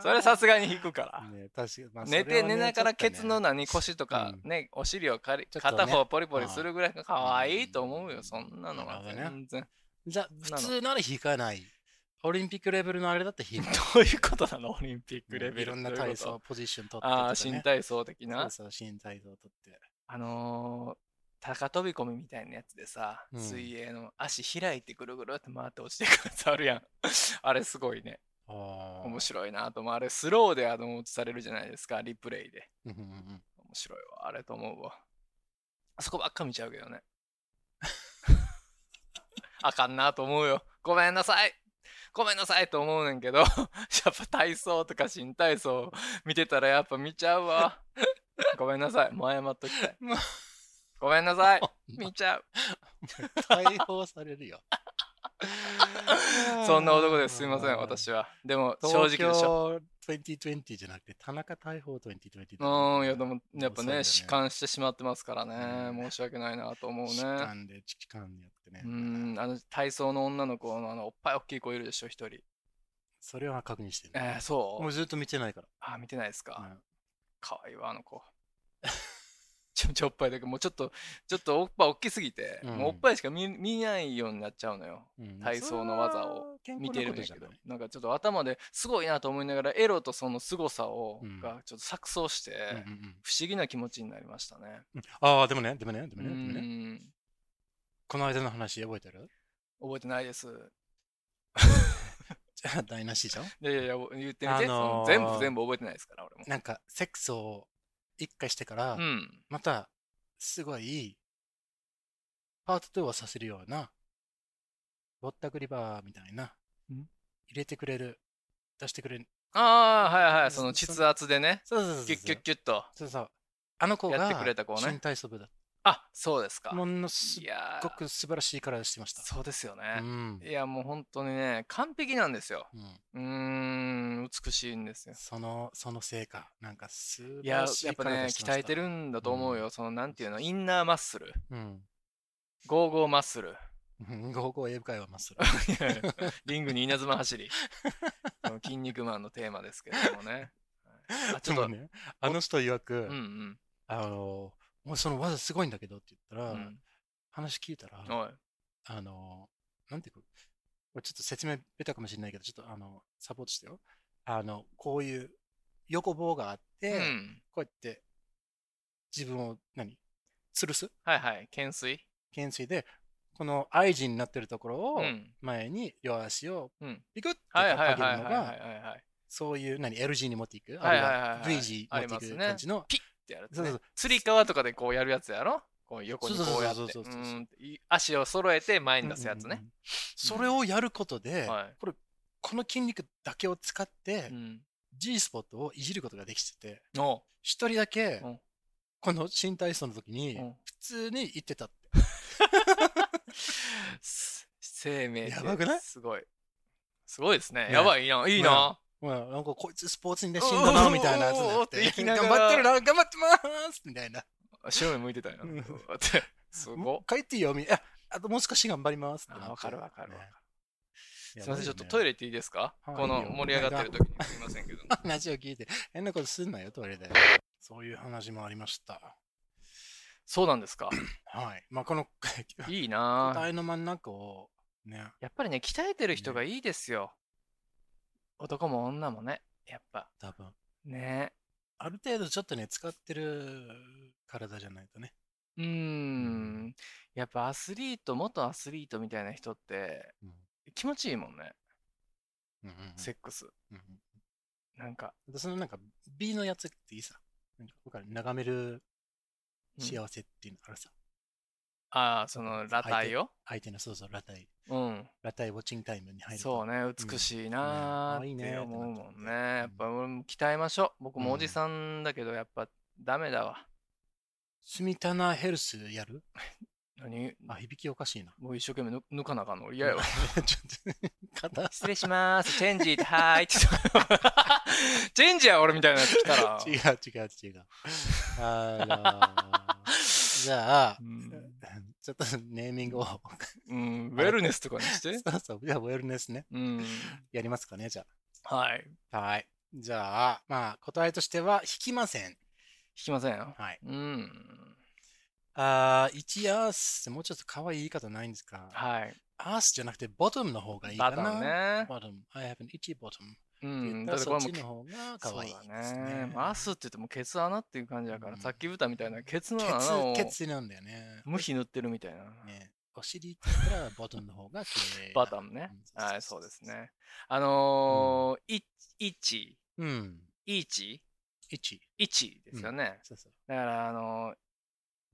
Speaker 1: それさすがに引くから。
Speaker 2: ね、確かまあそれ
Speaker 1: 寝て
Speaker 2: はね
Speaker 1: 寝ながらケツの
Speaker 2: ちょっ
Speaker 1: 何腰とかね、お尻をかり
Speaker 2: ちょっとね
Speaker 1: 片方ポリポリするぐらいが可愛いと思うよ、そんなの
Speaker 2: なる
Speaker 1: は
Speaker 2: ほどね
Speaker 1: 全然。
Speaker 2: とねじゃあ普通なら引かない。オリンピックレベルのあれだって引かない。
Speaker 1: どういうことなのオリンピックレベル
Speaker 2: いろんな
Speaker 1: どういう
Speaker 2: 体
Speaker 1: こと
Speaker 2: 操ポジション取って
Speaker 1: ああ、
Speaker 2: とかね
Speaker 1: 新体操的
Speaker 2: そう
Speaker 1: な。
Speaker 2: そう、新体操取って。
Speaker 1: あのー、高飛び込みみたいなやつでさ、
Speaker 2: うん
Speaker 1: 水泳の足開いてぐるぐるって回って落ちてくるやつあるやん。 あれすごいね。
Speaker 2: ああ。
Speaker 1: 面白いなと思う。あれスローであの映されるじゃないですか、リプレイで。
Speaker 2: うんうんうん
Speaker 1: 面白いわ、あれと思うわ。あそこばっか見ちゃうけど ね。あかんなと思うよ。ごめんなさい。ごめんなさいと思うねんけど、やっ ぱ体操とか新体操見てたらやっぱ見ちゃうわ。ごめんなさい。もう謝っときたい
Speaker 2: もう。
Speaker 1: ごめんな さい。
Speaker 2: ま
Speaker 1: 見ちゃう。。
Speaker 2: 解放されるよ
Speaker 1: そんな男です。すいません、私は。でも正直でしょ。
Speaker 2: ょ。2020じゃなくて、田中大砲2020
Speaker 1: う
Speaker 2: だね。
Speaker 1: ん、いやでもやっぱ
Speaker 2: そうだ
Speaker 1: ね、
Speaker 2: よね
Speaker 1: 弛緩してしまってますからね。
Speaker 2: うん
Speaker 1: 申し訳ないなと思うね。
Speaker 2: 時間で、時間でやってね
Speaker 1: う。ん、あの体操の女の子のあのおっぱい大きい子いるでしょ、一人。
Speaker 2: それは確認してる。
Speaker 1: えー、そう、
Speaker 2: もうずっと見てないから。
Speaker 1: あ、見てないですか。
Speaker 2: うん
Speaker 1: 可愛いわ、あの子。 ちょちょおっぱいだけど、もうちょっと、ちょっとおっぱい大きすぎて、
Speaker 2: うん
Speaker 1: もうおっぱいしか見見ないようになっちゃうのよ。
Speaker 2: うん
Speaker 1: 体操の技を見てるんだけど、なんかちょっと頭ですごいなと思いながら、エロとその凄さを、
Speaker 2: うん
Speaker 1: がちょっと錯綜して、
Speaker 2: うんうんうん
Speaker 1: 不思議な気持ちになりましたね。
Speaker 2: ああ、でもね、でもね、で
Speaker 1: う
Speaker 2: もね、でもね、
Speaker 1: ん、
Speaker 2: この間の話覚えてる
Speaker 1: 覚えてないです。
Speaker 2: じゃあ台無しじゃん
Speaker 1: いやいやいや、言ってみて、
Speaker 2: あのー
Speaker 1: その全部全部覚えてないですから、俺も。
Speaker 2: なんか、セックスを一回してから、
Speaker 1: うん。
Speaker 2: また、すごい、パート2をさせるような、ぼったくりバーみたいな、入れてくれる、出してくれる、
Speaker 1: ああ、はいはい、
Speaker 2: そ
Speaker 1: その
Speaker 2: そ
Speaker 1: 窒圧でね、
Speaker 2: そうそうそう
Speaker 1: キュッキュッキュッと。
Speaker 2: そうそう。あの子が、
Speaker 1: やってくれた子ね
Speaker 2: 新体操部だっ
Speaker 1: あそうです
Speaker 2: た。
Speaker 1: か。
Speaker 2: ものす
Speaker 1: いやー
Speaker 2: ごく素晴らしい体してました。
Speaker 1: そうですよ
Speaker 2: う
Speaker 1: ね。
Speaker 2: ん。
Speaker 1: いや、もう本当にね、完璧なんですよ。
Speaker 2: うん
Speaker 1: うーん、美しいんですよ。
Speaker 2: その、その成果、なんか、素晴
Speaker 1: いや
Speaker 2: らし、い
Speaker 1: やっぱね、
Speaker 2: 体してました
Speaker 1: 鍛えてるんだと思うよ。その、なんていうの、インナーマッスル、
Speaker 2: うん。
Speaker 1: ゴーゴーマッス ル、
Speaker 2: うん合コン英会話マスル。
Speaker 1: いやいやリングに稲妻走り、この筋肉マンのテーマですけれどもね。はいあ、 ち
Speaker 2: で
Speaker 1: ょっと、
Speaker 2: もね、あの人曰く、
Speaker 1: うんうん。
Speaker 2: あの、もうその技すごいんだけどって言っ
Speaker 1: う
Speaker 2: たら、
Speaker 1: ん、
Speaker 2: 話聞いたら、
Speaker 1: おい。
Speaker 2: あの、なんていうか、これちょっと説明ベタかもしれないけど、ちょっとあの、サポートしてよ。あの、こういう横棒があって、
Speaker 1: うん。
Speaker 2: こうやって自分を何吊るす
Speaker 1: はいはい、懸垂。
Speaker 2: 懸垂で、この I 字になってるところを
Speaker 1: うん。
Speaker 2: 前に両足を
Speaker 1: うん。
Speaker 2: ピクッと
Speaker 1: はいはいは
Speaker 2: 上
Speaker 1: い
Speaker 2: げ
Speaker 1: は
Speaker 2: る
Speaker 1: い
Speaker 2: の
Speaker 1: はいはい
Speaker 2: が、
Speaker 1: はい。
Speaker 2: そういう何 L 字に持っていく、
Speaker 1: はいはいはいはい
Speaker 2: あるいは V 字に持っていく感じの、
Speaker 1: ってやるやつ
Speaker 2: そう
Speaker 1: ね
Speaker 2: そうそう
Speaker 1: つり革とかでこうやるやつやろこう横にこうやって
Speaker 2: そううそうそうそうそうそう
Speaker 1: ーんい足を揃えて前に出すやつ
Speaker 2: うんうんう
Speaker 1: ね
Speaker 2: ん。それをやることで、
Speaker 1: はい
Speaker 2: これこの筋肉だけを使って、
Speaker 1: うん
Speaker 2: G スポットをいじることができてて、
Speaker 1: お
Speaker 2: 一人だけ
Speaker 1: うん、
Speaker 2: この新体操の時
Speaker 1: う
Speaker 2: に、
Speaker 1: うん
Speaker 2: 普通に行ってたって。
Speaker 1: す生命って
Speaker 2: やばくない
Speaker 1: すごいすごいですね
Speaker 2: ね
Speaker 1: やばいいいないいな
Speaker 2: まあ、なんかこいつスポーツに熱心だな、みたいなやつに
Speaker 1: おーおー
Speaker 2: な
Speaker 1: おー
Speaker 2: っ
Speaker 1: って行き
Speaker 2: て。
Speaker 1: な
Speaker 2: 頑
Speaker 1: がら
Speaker 2: 張ってるな、頑張ってますみたいな。
Speaker 1: 白目向いてたよな
Speaker 2: うん
Speaker 1: うわってすごっ
Speaker 2: もう帰っていいよ、みああともう少し頑張りますってな
Speaker 1: あ
Speaker 2: って。
Speaker 1: わかるわかるわかる
Speaker 2: ね
Speaker 1: すいません、ちょっとト
Speaker 2: イ
Speaker 1: イレ行っていいですか、
Speaker 2: はい
Speaker 1: こ
Speaker 2: いい
Speaker 1: の
Speaker 2: よ
Speaker 1: 盛り上がってる時に すいませんけど。
Speaker 2: 話を聞いて、変なことすんなよ、トイレで。そういう話もありました。
Speaker 1: そうなんですか。
Speaker 2: はい。ま あ、この
Speaker 1: いいなぁ
Speaker 2: 答えの真ん中を、ね、
Speaker 1: やっぱりね、鍛えてる人がいいですよ。男も女もね、やっぱ。
Speaker 2: 多分、
Speaker 1: ね
Speaker 2: ある程度ちょっとね、使ってる体じゃないとね。
Speaker 1: うーん。やっぱアスリート、元アスリートみたいな人って
Speaker 2: うん、
Speaker 1: 気持ちいいもんね、
Speaker 2: うんうんうん
Speaker 1: セックス。
Speaker 2: うんうん
Speaker 1: なんか、
Speaker 2: でそのなんか、B のやつっていいさ。なんか、僕ら眺める
Speaker 1: うん
Speaker 2: 幸せっていうのあるさ。
Speaker 1: ああ、その裸体を。
Speaker 2: 相手の、そうそう、裸体、
Speaker 1: うん。
Speaker 2: 裸体ウォッチングタイムに入ると。
Speaker 1: そうね、美しいな
Speaker 2: ねあい
Speaker 1: ー
Speaker 2: い
Speaker 1: っ
Speaker 2: ね
Speaker 1: て
Speaker 2: ーって
Speaker 1: 思うもんね。
Speaker 2: な
Speaker 1: や
Speaker 2: っ
Speaker 1: っ
Speaker 2: ちゃ
Speaker 1: ぱ俺も鍛えましょう。僕もお
Speaker 2: うん
Speaker 1: じさんだけど、やっぱダメだわ。
Speaker 2: スミタナヘルスやる
Speaker 1: 何
Speaker 2: あ、響きおかしいな。
Speaker 1: もう一生懸命ぬ抜かなあかんの嫌よ。。
Speaker 2: ちょっと、肩、
Speaker 1: 失礼します。チェンジって、はーいって。チェンジや、俺みたいなやつ来た ら。
Speaker 2: 違う違う違う。あの ーじゃあ
Speaker 1: う、 ん
Speaker 2: ちょっとネーミングを。そ
Speaker 1: うん、ウェルネスとかにして。
Speaker 2: う そう、じゃあ、ウェルネスね。
Speaker 1: うん。
Speaker 2: やりますかね、じゃ
Speaker 1: はい。
Speaker 2: あ。はい。じゃあ、まあ、答えとしては、引きません。
Speaker 1: 引きませんよ。
Speaker 2: はい。
Speaker 1: うん。
Speaker 2: あー、1アースってもうちょっと可愛い言い方ないんですか
Speaker 1: はい。
Speaker 2: アースじゃなくて、ボトムの方がいいか
Speaker 1: バ
Speaker 2: な。
Speaker 1: トン。ね。
Speaker 2: ボトム。I have an itchy bottom.
Speaker 1: う。
Speaker 2: うんだ
Speaker 1: だ
Speaker 2: っ
Speaker 1: ってて
Speaker 2: こ
Speaker 1: こ
Speaker 2: っ
Speaker 1: れも
Speaker 2: ち
Speaker 1: う
Speaker 2: の方が可愛い
Speaker 1: そう
Speaker 2: です
Speaker 1: だ
Speaker 2: ね
Speaker 1: ね。。まあアスって言ってもケツ穴っていう感じだから、
Speaker 2: うん
Speaker 1: さっき歌みたいなケツの
Speaker 2: ケ
Speaker 1: 穴を
Speaker 2: ツ、ケツなんだよね。
Speaker 1: 無比塗ってるみたいな。
Speaker 2: ねお尻って言ったら、ボトムの方が綺麗。
Speaker 1: バタンね。
Speaker 2: うん
Speaker 1: はい、そうです。ね。あのー、いいち、
Speaker 2: うん。
Speaker 1: いち、
Speaker 2: 1。
Speaker 1: いちですよね。
Speaker 2: そうそう。
Speaker 1: だから、あのー、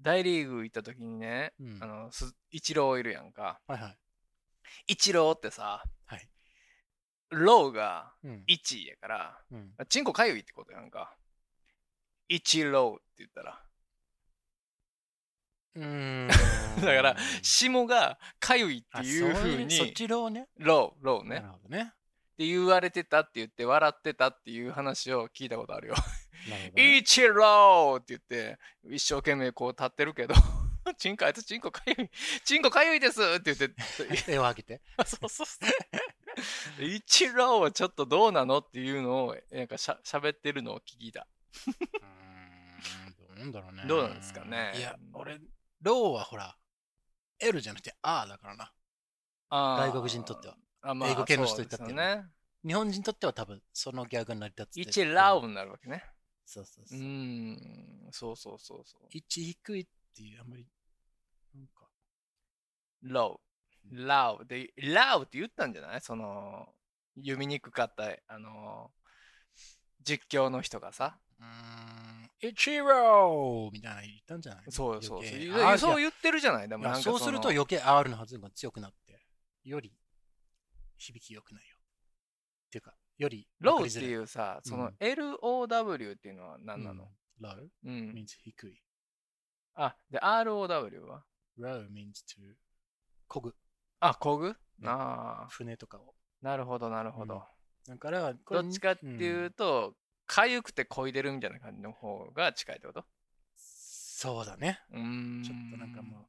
Speaker 1: 大リーグ行った時にね、
Speaker 2: うん
Speaker 1: あの、すイチローいるやんか。
Speaker 2: はいはい。
Speaker 1: イチローってさ、
Speaker 2: はい
Speaker 1: ローが
Speaker 2: うん。
Speaker 1: イチやから、
Speaker 2: うん
Speaker 1: チンコかゆいってことやんか。イチローって言ったら、
Speaker 2: うーん
Speaker 1: だから下がかゆいっていう
Speaker 2: あそ
Speaker 1: ふう
Speaker 2: そっ
Speaker 1: に、
Speaker 2: ちのね。
Speaker 1: ロー、ローね
Speaker 2: な。るほど
Speaker 1: っ
Speaker 2: ね。
Speaker 1: て言われてたって言って笑ってたっていう話を聞いたことあるよ。
Speaker 2: なるほどね
Speaker 1: イチローって言って一生懸命こう立ってるけど チンコあいつチンコかゆいチンコかゆいですって言って
Speaker 2: 手を挙げて。
Speaker 1: そうそうそうイチローはちょっとどうなのっていうのをなんかしゃ喋ってるのを聞いた
Speaker 2: うーん、どうなんだろうね。
Speaker 1: どうなんですかね
Speaker 2: いや、俺、ローはほら、L じゃなくて R だからな。
Speaker 1: あー
Speaker 2: 外国人にとっては。
Speaker 1: あ、まあ、
Speaker 2: 英語系の人にとって
Speaker 1: そ
Speaker 2: は
Speaker 1: う
Speaker 2: ね
Speaker 1: ですよね
Speaker 2: 日本人にとっては多分、そのギャグになり立つ。
Speaker 1: イチラ。ーになるわけね
Speaker 2: そうそう
Speaker 1: う
Speaker 2: そう。
Speaker 1: んそうそうそうそう
Speaker 2: 1低いっていう、あんまり、なんか、
Speaker 1: ローラウでラウって言ったんじゃないその読みにくかったあの実況の人がさ
Speaker 2: うーん、イチローみたいなの言ったんじゃない
Speaker 1: そうよそうよ
Speaker 2: 余
Speaker 1: そう
Speaker 2: 計
Speaker 1: い
Speaker 2: あ
Speaker 1: や
Speaker 2: ー
Speaker 1: そう
Speaker 2: い
Speaker 1: 言ってるじゃないで
Speaker 2: や
Speaker 1: もなんか
Speaker 2: そうすると
Speaker 1: の
Speaker 2: 余計 R の発音が強くなって、より響き良くないよ。っていうか、より
Speaker 1: ローって
Speaker 2: う
Speaker 1: いうさそうの
Speaker 2: ん
Speaker 1: LOW っていうのは何なの、
Speaker 2: ロー
Speaker 1: うん
Speaker 2: means 低い。
Speaker 1: あで ROW は
Speaker 2: ロー means to こぐ、
Speaker 1: あこぐ、ああ
Speaker 2: 船とかを。
Speaker 1: なるほどなるほど、
Speaker 2: だから、これ
Speaker 1: どっちかっていう、とかゆくてこいでるみたいな感じの方が近いってこと
Speaker 2: そうだね。
Speaker 1: うーん
Speaker 2: ちょっとなんかもう、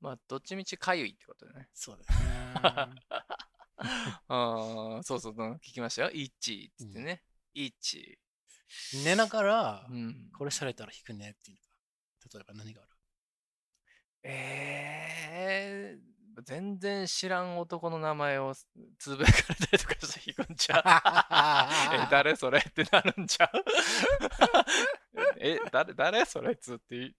Speaker 1: まあどっちみちかゆいってことだね
Speaker 2: そうだね。
Speaker 1: ああそうそううん聞きましたよイッチーっつってね、イッチ
Speaker 2: 寝ながら
Speaker 1: ー、うん
Speaker 2: これされたら引くねっていうのが、例えば何がある
Speaker 1: えー、全然知らん男の名前をすつぶやかれたりとかして弾くんちゃう え誰それってなるんちゃう え誰誰それっつって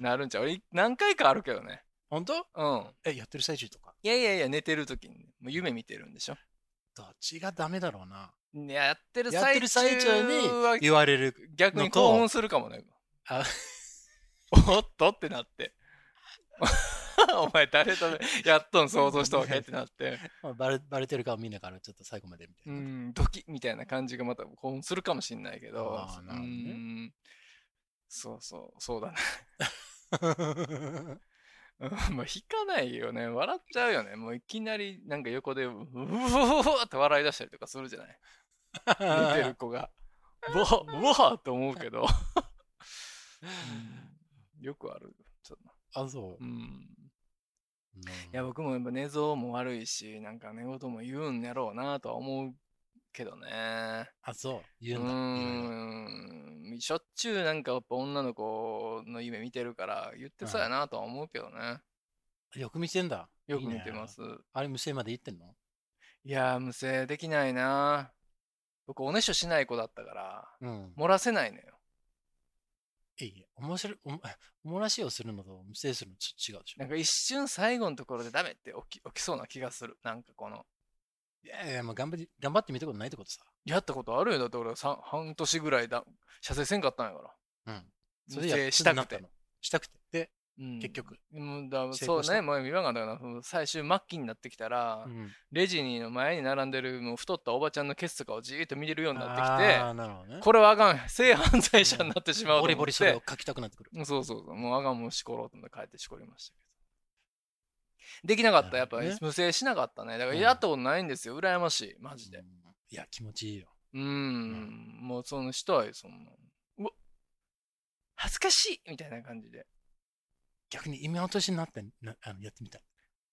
Speaker 1: なるんちゃう俺い何回かあるけどね
Speaker 2: 本当
Speaker 1: うん
Speaker 2: え、やってる最中とか。
Speaker 1: いやいやいや寝てる時にねもう夢見てるんでしょ
Speaker 2: どっちがダメだろうな。
Speaker 1: やってる
Speaker 2: やって
Speaker 1: 最
Speaker 2: る
Speaker 1: 中
Speaker 2: 最中
Speaker 1: は
Speaker 2: に言われる。
Speaker 1: 逆に興奮するかもね
Speaker 2: あ
Speaker 1: おっとってなって お前誰とやっとん想像したわけってなって
Speaker 2: まあバレバレてる顔見ながらちょっと最後までみた
Speaker 1: う
Speaker 2: い な。
Speaker 1: ん、ドキッみたいな感じがまた興奮するかもしんないけど
Speaker 2: あー、な
Speaker 1: う
Speaker 2: るほどね
Speaker 1: ん、そうそう、そうだね。うん まあ、引かないよね。笑っちゃうよね。もういきなりなんか横で、うふふふふって笑い出したりとかするじゃない。見てる子 が。うわうわって 思うけど。うんよくある。そんな
Speaker 2: あ、そう
Speaker 1: う。ん。
Speaker 2: うん
Speaker 1: いや、僕もやっぱ寝相も悪いし、なんか寝言も言うんやろうなとは思うけどね。
Speaker 2: あ、そう。
Speaker 1: う
Speaker 2: 言うんだ。いろいろ
Speaker 1: ーん。しょっちゅうなんかやっぱ女の子の夢見てるから、言ってそうやなとは思うけどね。
Speaker 2: よく見てんだ。
Speaker 1: よく
Speaker 2: いいね
Speaker 1: 見てます。
Speaker 2: あれ、無声まで行ってんの
Speaker 1: いやー、無声できないな。僕、おねしょしない子だったから、
Speaker 2: うん。
Speaker 1: 漏らせないのよ。
Speaker 2: いいえ面白い、おも おもらしをするのと無声するのちょっと違うでしょ
Speaker 1: なん。か一瞬最後のところでダメって起き起きそうな気がする。なんかこの、
Speaker 2: いやいや、まあ、頑張り頑張ってみたことないってことさ。
Speaker 1: やったことあるよ。だって俺さん半年ぐらいだ、射精せんかったんやから。
Speaker 2: うん。
Speaker 1: そ
Speaker 2: れ
Speaker 1: れ
Speaker 2: やっ
Speaker 1: や
Speaker 2: と
Speaker 1: した
Speaker 2: な
Speaker 1: く
Speaker 2: んか
Speaker 1: て
Speaker 2: の。したくて。で、
Speaker 1: うん
Speaker 2: 結局。
Speaker 1: もうだ
Speaker 2: 成
Speaker 1: そう
Speaker 2: 功した
Speaker 1: ね、もう見なかったから、その最終末期になってきたら、
Speaker 2: うん
Speaker 1: レジにの前に並んでるもう太ったおばちゃんのケツとかをじーっと見れるようにな
Speaker 2: あ
Speaker 1: っ
Speaker 2: あ、なるほど
Speaker 1: てき
Speaker 2: ね
Speaker 1: て、。これはあかん、性犯罪者になってしまうと思
Speaker 2: ボリ
Speaker 1: って、
Speaker 2: ボリそれを書きたくなってくる。
Speaker 1: そうそうそう、もうあかんもうしころうと思って帰ってしこりましたけど。できなかった、やっぱ
Speaker 2: なる
Speaker 1: り
Speaker 2: ほどね
Speaker 1: 無制しなかったね。だから
Speaker 2: うん
Speaker 1: やったことないんですよ、羨ましい、マジで
Speaker 2: う。んいや、気持ちいいよ。
Speaker 1: うーん、もうそのしたい、そんな。うわ恥ずかしいみたいな感じで。
Speaker 2: 逆に今の年になってなあのやってみたい。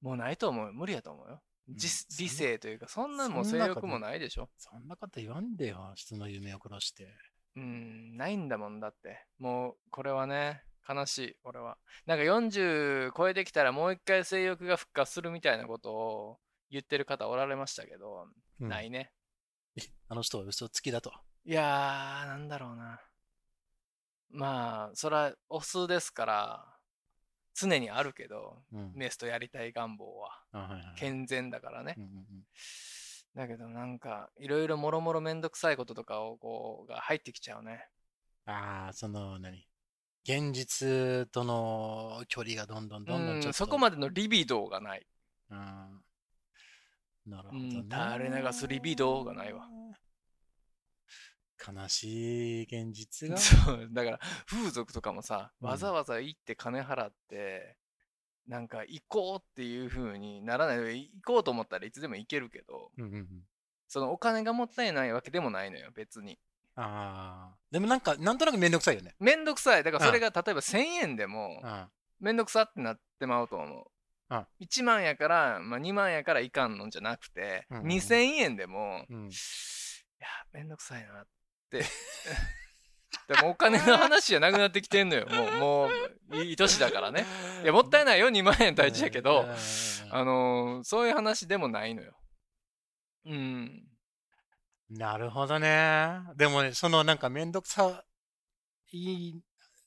Speaker 1: もうないと思うよ。無理やと思うよ。じ
Speaker 2: そんな
Speaker 1: 理性というか、そんなもう
Speaker 2: そん
Speaker 1: 性
Speaker 2: な
Speaker 1: 欲
Speaker 2: こと
Speaker 1: もないでしょ。
Speaker 2: そんなこと言わんでよ、人の夢を殺して。
Speaker 1: うん、ないんだもんだって。もう、これはね、悲しい、俺は。なんか40超えてきたらもう一回性欲が復活するみたいなことを言ってる方おられましたけど、
Speaker 2: うん
Speaker 1: ないね。
Speaker 2: あの人は嘘つきだと。
Speaker 1: いやー、なんだろうな。まあ、そら、オスですから、常にあるけど、
Speaker 2: うん
Speaker 1: メスとやりたい願望は、
Speaker 2: あはいはい
Speaker 1: 健全だからね
Speaker 2: う。んうん
Speaker 1: だけどなんかいろいろもろもろめんどくさいこととかをこうが入ってきちゃうね。
Speaker 2: うんああ、その何現実との距離がどんどんどんどんちょっと、
Speaker 1: うんそこまでのリビドーがない。
Speaker 2: うんなるほど
Speaker 1: う
Speaker 2: ね
Speaker 1: ん。垂れ流すリビドーがないわ。
Speaker 2: 悲しい現実が。
Speaker 1: そうだから風俗とかもさ
Speaker 2: うん
Speaker 1: わざわざ行って金払って、なんか行こうっていう風にならない行こうと思ったらいつでも行けるけど
Speaker 2: うんうんうん
Speaker 1: そのお金がもったいないわけでもないのよ別に。
Speaker 2: ああ。でもなんか、なんとなくめんどくさいよね。
Speaker 1: めんどくさいだから
Speaker 2: う
Speaker 1: そ
Speaker 2: ん
Speaker 1: れが例えば1000円でも
Speaker 2: あ
Speaker 1: めんどくさってなってまうと思う。
Speaker 2: うん
Speaker 1: 1万やから、まあ、2万やからいかんのんじゃなくて、
Speaker 2: うんうん
Speaker 1: 2000円でも、
Speaker 2: う
Speaker 1: いや
Speaker 2: ん
Speaker 1: めんどくさいなって でもお金の話じゃなくなってきてんのよもうもういい年だからねいやもったいないよ2万円大事やけど、
Speaker 2: うんうんうん
Speaker 1: あのーそういう話でもないのようん
Speaker 2: なるほどね。でもね、そのなんかめんどくさい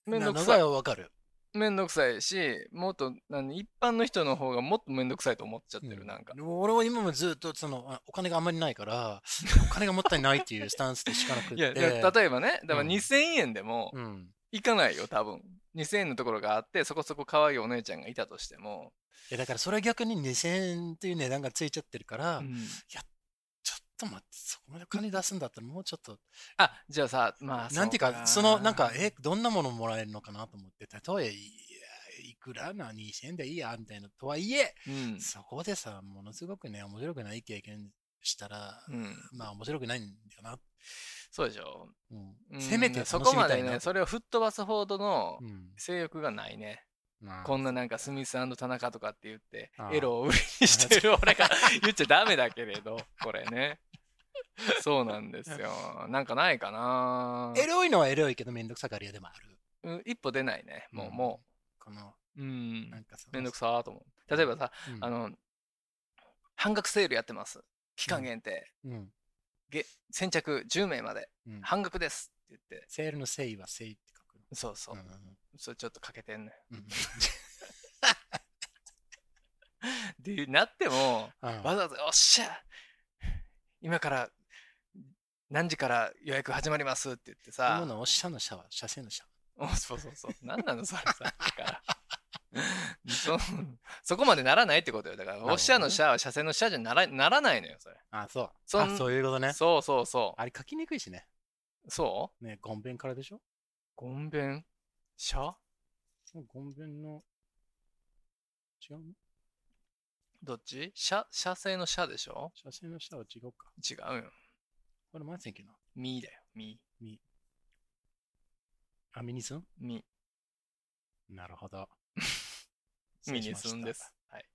Speaker 1: めんど
Speaker 2: な
Speaker 1: く
Speaker 2: の
Speaker 1: さい
Speaker 2: がわかる。
Speaker 1: めんどくさいしもっと何一般の人の方がもっとめんどくさいと思っちゃってる、
Speaker 2: うん
Speaker 1: なんか
Speaker 2: 俺は今もずっとそのあお金があんまりないから、お金がもったいないっていうスタンスでしかなくって。
Speaker 1: いやいや例えばねだから
Speaker 2: うん
Speaker 1: 2000円でも、
Speaker 2: うん、
Speaker 1: 行かないよ多分2000円のところがあってそこそこ可愛いお姉ちゃんがいたとしても、
Speaker 2: いやだからそれは逆に2000円という値段がついちゃってるから、ちょっと待って、そこまでお金出すんだったらもうちょっと、
Speaker 1: あじゃあさまあ
Speaker 2: なんていうか、そのなんか、え、どんなものもらえるのかなと思って、たとえ、いやいくらな、2000円でいいや、みたいな、とはいえ、
Speaker 1: うん、
Speaker 2: そこでさ、ものすごくね、面白くない経験したら、
Speaker 1: うん、
Speaker 2: まあ面白くないんだよな。
Speaker 1: そうでしょ、
Speaker 2: うん
Speaker 1: うん
Speaker 2: せめて
Speaker 1: そ
Speaker 2: 楽
Speaker 1: こ
Speaker 2: しみ
Speaker 1: ま
Speaker 2: た
Speaker 1: で
Speaker 2: いな
Speaker 1: ね。それを吹っ飛ばすほどの
Speaker 2: うん
Speaker 1: 性欲がないね、
Speaker 2: まあ
Speaker 1: こんななんかスミス田中とかって言って
Speaker 2: あー
Speaker 1: エロを売りにしてる俺が 言っちゃダメだけれどこれねそうなんですよなんかないかな
Speaker 2: エロいのはエロいけど、めんどくさがり屋でもある。
Speaker 1: うん一歩出ないねもう、
Speaker 2: ん
Speaker 1: も
Speaker 2: この、
Speaker 1: ううん
Speaker 2: なんかその
Speaker 1: めんどくさーと思う例えばさ
Speaker 2: うん
Speaker 1: あの、半額セールやってます。期間限定、
Speaker 2: うん
Speaker 1: げ先着10名まで、
Speaker 2: うん
Speaker 1: 半額ですって言って、
Speaker 2: セールのせいはせいって書くの。
Speaker 1: そうそう、
Speaker 2: うんうん
Speaker 1: それちょっとかけてんね
Speaker 2: うんうん
Speaker 1: ん。 で、なっても、
Speaker 2: うん
Speaker 1: わざわざ、おっしゃ今から、何時から予約始まりますって言って
Speaker 2: 今
Speaker 1: さ、
Speaker 2: のおっしゃの社は、社製の社。
Speaker 1: おそうそうそう、何なの それさ、だから。そそこまでならないってことよ。だから、
Speaker 2: ほどね
Speaker 1: おっしゃの社は車線の社じゃならならないのよ、それ。
Speaker 2: あ、そう。
Speaker 1: そん
Speaker 2: あそういうことね。
Speaker 1: そうそうそ
Speaker 2: あれ書きにくいしね。
Speaker 1: う。そう
Speaker 2: ね、ゴンベンからでしょ
Speaker 1: ごんべん社
Speaker 2: ゴンベンの、違うの
Speaker 1: どっち社、社製の社でしょ
Speaker 2: 写真の下は違うか。
Speaker 1: 違うよ。
Speaker 2: これ前線けな。
Speaker 1: みだよ。み。
Speaker 2: あ、ミニスン
Speaker 1: み。
Speaker 2: なるほど。
Speaker 1: み
Speaker 2: 失礼
Speaker 1: に
Speaker 2: しました
Speaker 1: すんです。はい。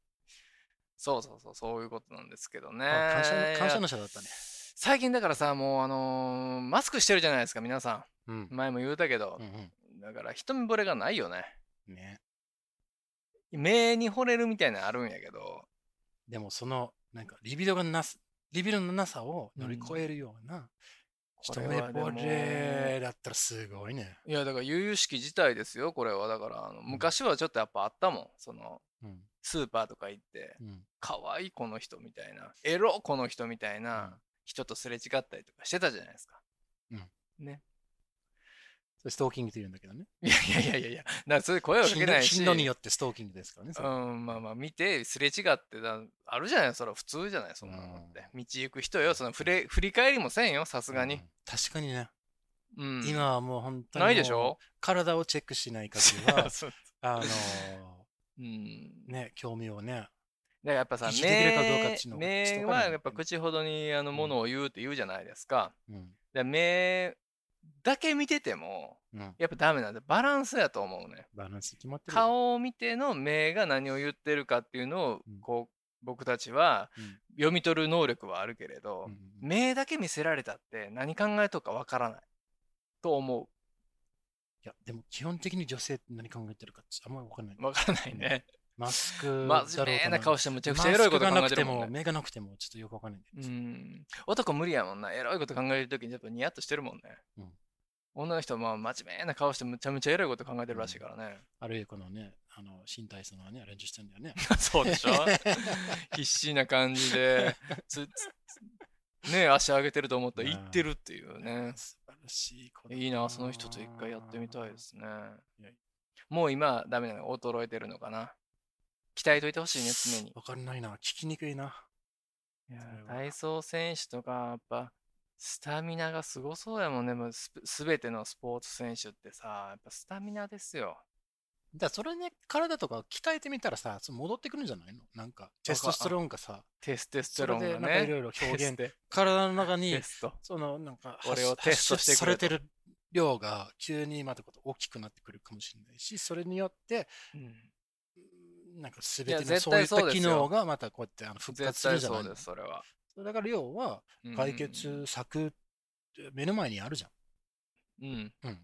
Speaker 1: そうそうそう、そういうことなんですけどね。
Speaker 2: あ感謝の感謝
Speaker 1: いや
Speaker 2: の社だったね。
Speaker 1: 最近だからさ、もうあのーマスクしてるじゃないですか、皆さ
Speaker 2: うん
Speaker 1: ん。。前も言うたけど
Speaker 2: う、ん
Speaker 1: だから一目惚れがないよね。
Speaker 2: うん。ね。
Speaker 1: 目に惚れるみたいなのあるんやけど、
Speaker 2: でもその、なんか、リビドがなす、リビドのなさを乗り越えるような、
Speaker 1: こ
Speaker 2: 一
Speaker 1: れ
Speaker 2: 目
Speaker 1: はでも
Speaker 2: 惚れだったらすごいね。
Speaker 1: いやだから悠々しき事態ですよこれはだからあの昔はちょっとやっぱあったもんその
Speaker 2: うん。
Speaker 1: スーパーとか行って
Speaker 2: うん。
Speaker 1: 可愛いこの人みたいなエロこの人みたいな人とすれ違ったりとかしてたじゃないですか
Speaker 2: それストーキングというんだけどね。
Speaker 1: いやいやいやいやいやだからそれ声をかけ
Speaker 2: 頻度
Speaker 1: ないし
Speaker 2: 頻度によってストーキングですからね。それ
Speaker 1: うんまあまあ見てすれ違ってだあるじゃないそれは普通じゃないそんなのって道行く人よその振れ振り返りもせんよさすが
Speaker 2: う
Speaker 1: に
Speaker 2: ん確かにね。
Speaker 1: うん
Speaker 2: 今はもう本当に。
Speaker 1: ないでしょ
Speaker 2: 体をチェックしない限りは、
Speaker 1: そう
Speaker 2: あの
Speaker 1: うん
Speaker 2: ーね、興味をね、
Speaker 1: だからやっぱさ
Speaker 2: 生きてくれるかどうかっ
Speaker 1: 目
Speaker 2: ちゅうのを知っと
Speaker 1: 目
Speaker 2: かない
Speaker 1: は
Speaker 2: と
Speaker 1: やっぱ口ほどにあの
Speaker 2: ん
Speaker 1: ものを言うって言うじゃないですか。
Speaker 2: うん、
Speaker 1: で目だけ見てても
Speaker 2: うん、
Speaker 1: やっぱダメなんでバランスやと思うね。
Speaker 2: バランス決まってるよ。
Speaker 1: 顔を見ての目が何を言ってるかっていうのを
Speaker 2: うん
Speaker 1: こう僕たちは
Speaker 2: うん
Speaker 1: 読み取る能力はあるけれど
Speaker 2: うんうんうん
Speaker 1: 目だけ見せられたって何考えとるかわからないと思。。
Speaker 2: いや、でも基本的に女性って何考えてるかってあんまりわかんないう
Speaker 1: わからないね。
Speaker 2: マスクだろう
Speaker 1: 真面目な顔してむちゃくちゃエ
Speaker 2: マ
Speaker 1: ロい
Speaker 2: ス
Speaker 1: こ
Speaker 2: ク
Speaker 1: と
Speaker 2: が
Speaker 1: 考
Speaker 2: な
Speaker 1: え
Speaker 2: く
Speaker 1: て
Speaker 2: て
Speaker 1: るも
Speaker 2: も、
Speaker 1: んね。
Speaker 2: 目がなくても、ちょっとよくわかんないんだけ
Speaker 1: う
Speaker 2: ど。
Speaker 1: ん、男無理やもんなエロいこと考えるときにやっぱニヤッとしてるもんね、
Speaker 2: うん
Speaker 1: 女の人はまあ真面目な顔してむちゃむちゃエロいこと考えてるらしいからね、
Speaker 2: あるいはこのね、あの身体そのね、アレンジしてんだよね。
Speaker 1: そうで しょ必死な感じでつつね足上げてると思ったら行ってるっていうね
Speaker 2: 素晴らしい子だ
Speaker 1: いいなその人と一回やってみたいで。すね
Speaker 2: いや
Speaker 1: もう今ダメなの衰えてるのかな鍛えといてほしいね常に
Speaker 2: わかんないな。聞きにくいな。
Speaker 1: いや
Speaker 2: それは
Speaker 1: 体操選手とかやっぱスタミナがすごそうやもんねもうすすべてのスポーツ選手ってさやっぱスタミナですよ
Speaker 2: だからそれね、体とか鍛えてみたらさ、その戻ってくるんじゃないのなんか、テストステロンがさ、
Speaker 1: テステス
Speaker 2: そ
Speaker 1: テロ
Speaker 2: れ
Speaker 1: ン
Speaker 2: で
Speaker 1: が
Speaker 2: なんかい
Speaker 1: ね
Speaker 2: ろいろ表現、
Speaker 1: テス
Speaker 2: 体の中
Speaker 1: テ
Speaker 2: に
Speaker 1: テ、スト
Speaker 2: そのなんか、
Speaker 1: 俺を
Speaker 2: 発
Speaker 1: テストして
Speaker 2: 発射
Speaker 1: く
Speaker 2: さ
Speaker 1: れ
Speaker 2: れ
Speaker 1: と
Speaker 2: てる量が急にまたこと大きくなってくるかもしれないし、それによって、
Speaker 1: うん
Speaker 2: うんなんか全て
Speaker 1: いや
Speaker 2: のそういっ
Speaker 1: 絶対そう
Speaker 2: た
Speaker 1: です
Speaker 2: 機
Speaker 1: よ
Speaker 2: 能がまたこうやってあの復活
Speaker 1: 絶
Speaker 2: する
Speaker 1: 対
Speaker 2: じゃ
Speaker 1: そ
Speaker 2: な
Speaker 1: う
Speaker 2: いの
Speaker 1: ですそれは
Speaker 2: だから要は
Speaker 1: うん
Speaker 2: 解決策、目の前にあるじゃ
Speaker 1: うん、うん
Speaker 2: うん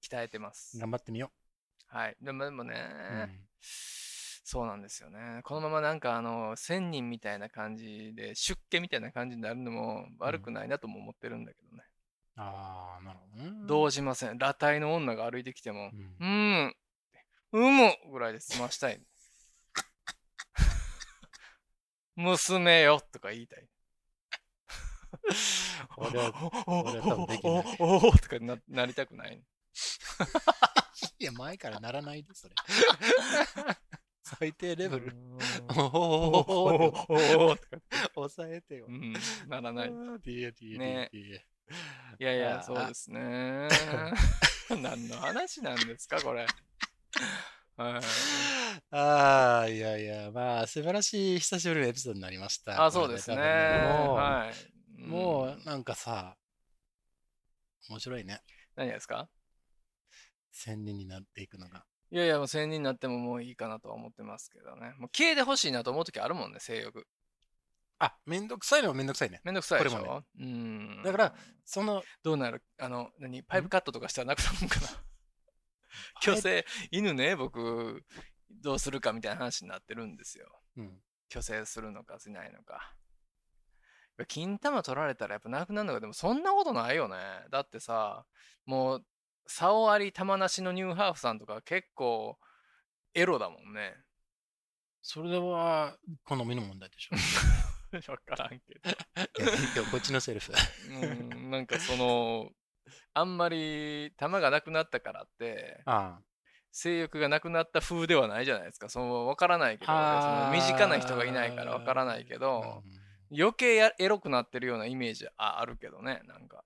Speaker 1: 鍛えてます
Speaker 2: ん。頑張ってみよ
Speaker 1: はいでもでもね、
Speaker 2: う。うん
Speaker 1: そうなんですよねこのままなんかあの1000人みたいな感じで出家みたいな感じになるのも悪くないなとも思ってるんだけどね、
Speaker 2: ああ、なるほどね。
Speaker 1: どうしません裸体の女が歩いてきても、
Speaker 2: うん
Speaker 1: う、ん。うむぐらいで済ましたい。娘よとか言いたい。
Speaker 2: 俺は
Speaker 1: お
Speaker 2: 俺は多分でき
Speaker 1: お
Speaker 2: ない
Speaker 1: おおおとかななりたくない。
Speaker 2: いや、前からならないで、それ。最低レベル。
Speaker 1: うん
Speaker 2: おー
Speaker 1: お
Speaker 2: おー
Speaker 1: お
Speaker 2: おーおー
Speaker 1: おおおとか。
Speaker 2: 抑えてよ
Speaker 1: う。ん、ならない。ね
Speaker 2: ね
Speaker 1: いやい
Speaker 2: あ
Speaker 1: や、
Speaker 2: ー
Speaker 1: そうです ね。 何の話なんですか、これ。 はい
Speaker 2: ああ、いやいや、まあ、素晴らしい久しぶりのエピソードになりました。
Speaker 1: あ、そうですね。
Speaker 2: これ多分もう、
Speaker 1: はい。ん
Speaker 2: もう、なんかさ、面白いね。
Speaker 1: 何がですか
Speaker 2: 千人になっていくのが。
Speaker 1: いやいや、もう1000人になってももういいかなとは思ってますけどね。もう消えてほしいなと思う時あるもんね、性欲。
Speaker 2: あ、めんどくさいのはめんどくさいね。
Speaker 1: めんどくさいでし
Speaker 2: これ
Speaker 1: ょ、うん。
Speaker 2: だから、その、
Speaker 1: どうなるあの、何パイプカットとかしたらなくなるの かな虚勢、犬ね、僕、どうするかみたいな話になってるんですよ。
Speaker 2: うん。
Speaker 1: 虚勢するのかしないのか。やっぱ金玉取られたらやっぱなくなるのか。でもそんなことないよね。だってさ、もう、竿あり玉なしのニューハーフさんとか結構、エロだもんね。
Speaker 2: それは、好みの問題でしょ。
Speaker 1: わからんけど。
Speaker 2: いやいいよこっちのセルフ。
Speaker 1: うん、なんかその、あんまり玉がなくなったからって、
Speaker 2: あ
Speaker 1: 性欲がなくなった風ではないじゃないですか。その分からないけど、その身近な人がいないから分からないけど、余計やエロくなってるようなイメージああるけどね、なんか。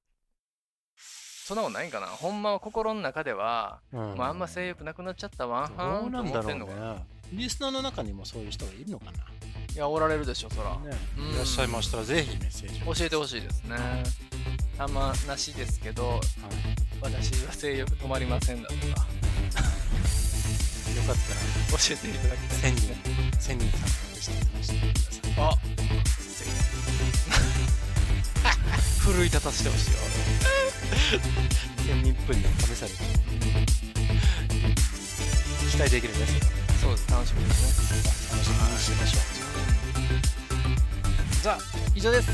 Speaker 1: そんなことないんかな。ほんまは心の中では、
Speaker 2: うん、
Speaker 1: もうあんま性欲なくなっちゃったわんは
Speaker 2: ど
Speaker 1: んと
Speaker 2: うなん
Speaker 1: 思
Speaker 2: だ
Speaker 1: って
Speaker 2: ろうん
Speaker 1: のかな。
Speaker 2: ね。リスナーの中にもそういう人がいるのかな、
Speaker 1: いや、おられるでしょ、そら。
Speaker 2: ね
Speaker 1: うん
Speaker 2: いらっしゃいましたらぜひメッセージを。
Speaker 1: 教えてほしいですね。玉なしですけど、
Speaker 2: は
Speaker 1: 私は性欲止まりませんだとか。
Speaker 2: いよかったら
Speaker 1: 教えていただきたい
Speaker 2: 千人、千人さん。して楽しんでください。
Speaker 1: あすいません 奮い立たせてほしいわ
Speaker 2: 1 0 0分で試されて。期待できるね、それは
Speaker 1: 俺そうです楽しみですね
Speaker 2: 楽しみにしましょう。じゃあ、以上です。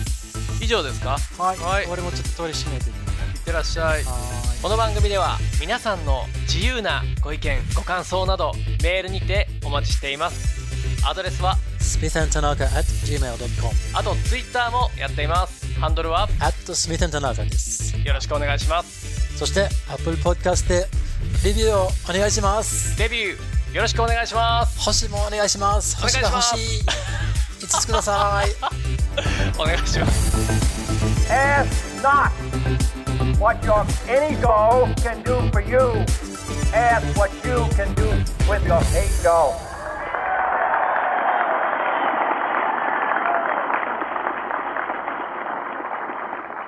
Speaker 1: 以上ですか
Speaker 2: はい。
Speaker 1: はい
Speaker 2: 俺もちょっとトイレ閉めてみるね。
Speaker 1: いってらっしゃい
Speaker 2: は
Speaker 1: この番組では皆さんの自由なご意見ご感想などメールにてお待ちしていますアドレスは
Speaker 2: ーい。スミスタナカ at gmail.com
Speaker 1: あとツイッターもやっていますハンドルは
Speaker 2: at スミスタナカです。
Speaker 1: よろしくお願いします
Speaker 2: そして、Apple Podcast でレビューをお願いします。
Speaker 1: デビューよろしくお願いします
Speaker 2: 星もお願いします。
Speaker 1: お願いし
Speaker 2: 星が
Speaker 1: ま
Speaker 2: 欲
Speaker 1: す
Speaker 2: し い。5つください。
Speaker 1: お願いします
Speaker 6: Ask not what your any doll can do for you. Ask what you can do with your hate doll.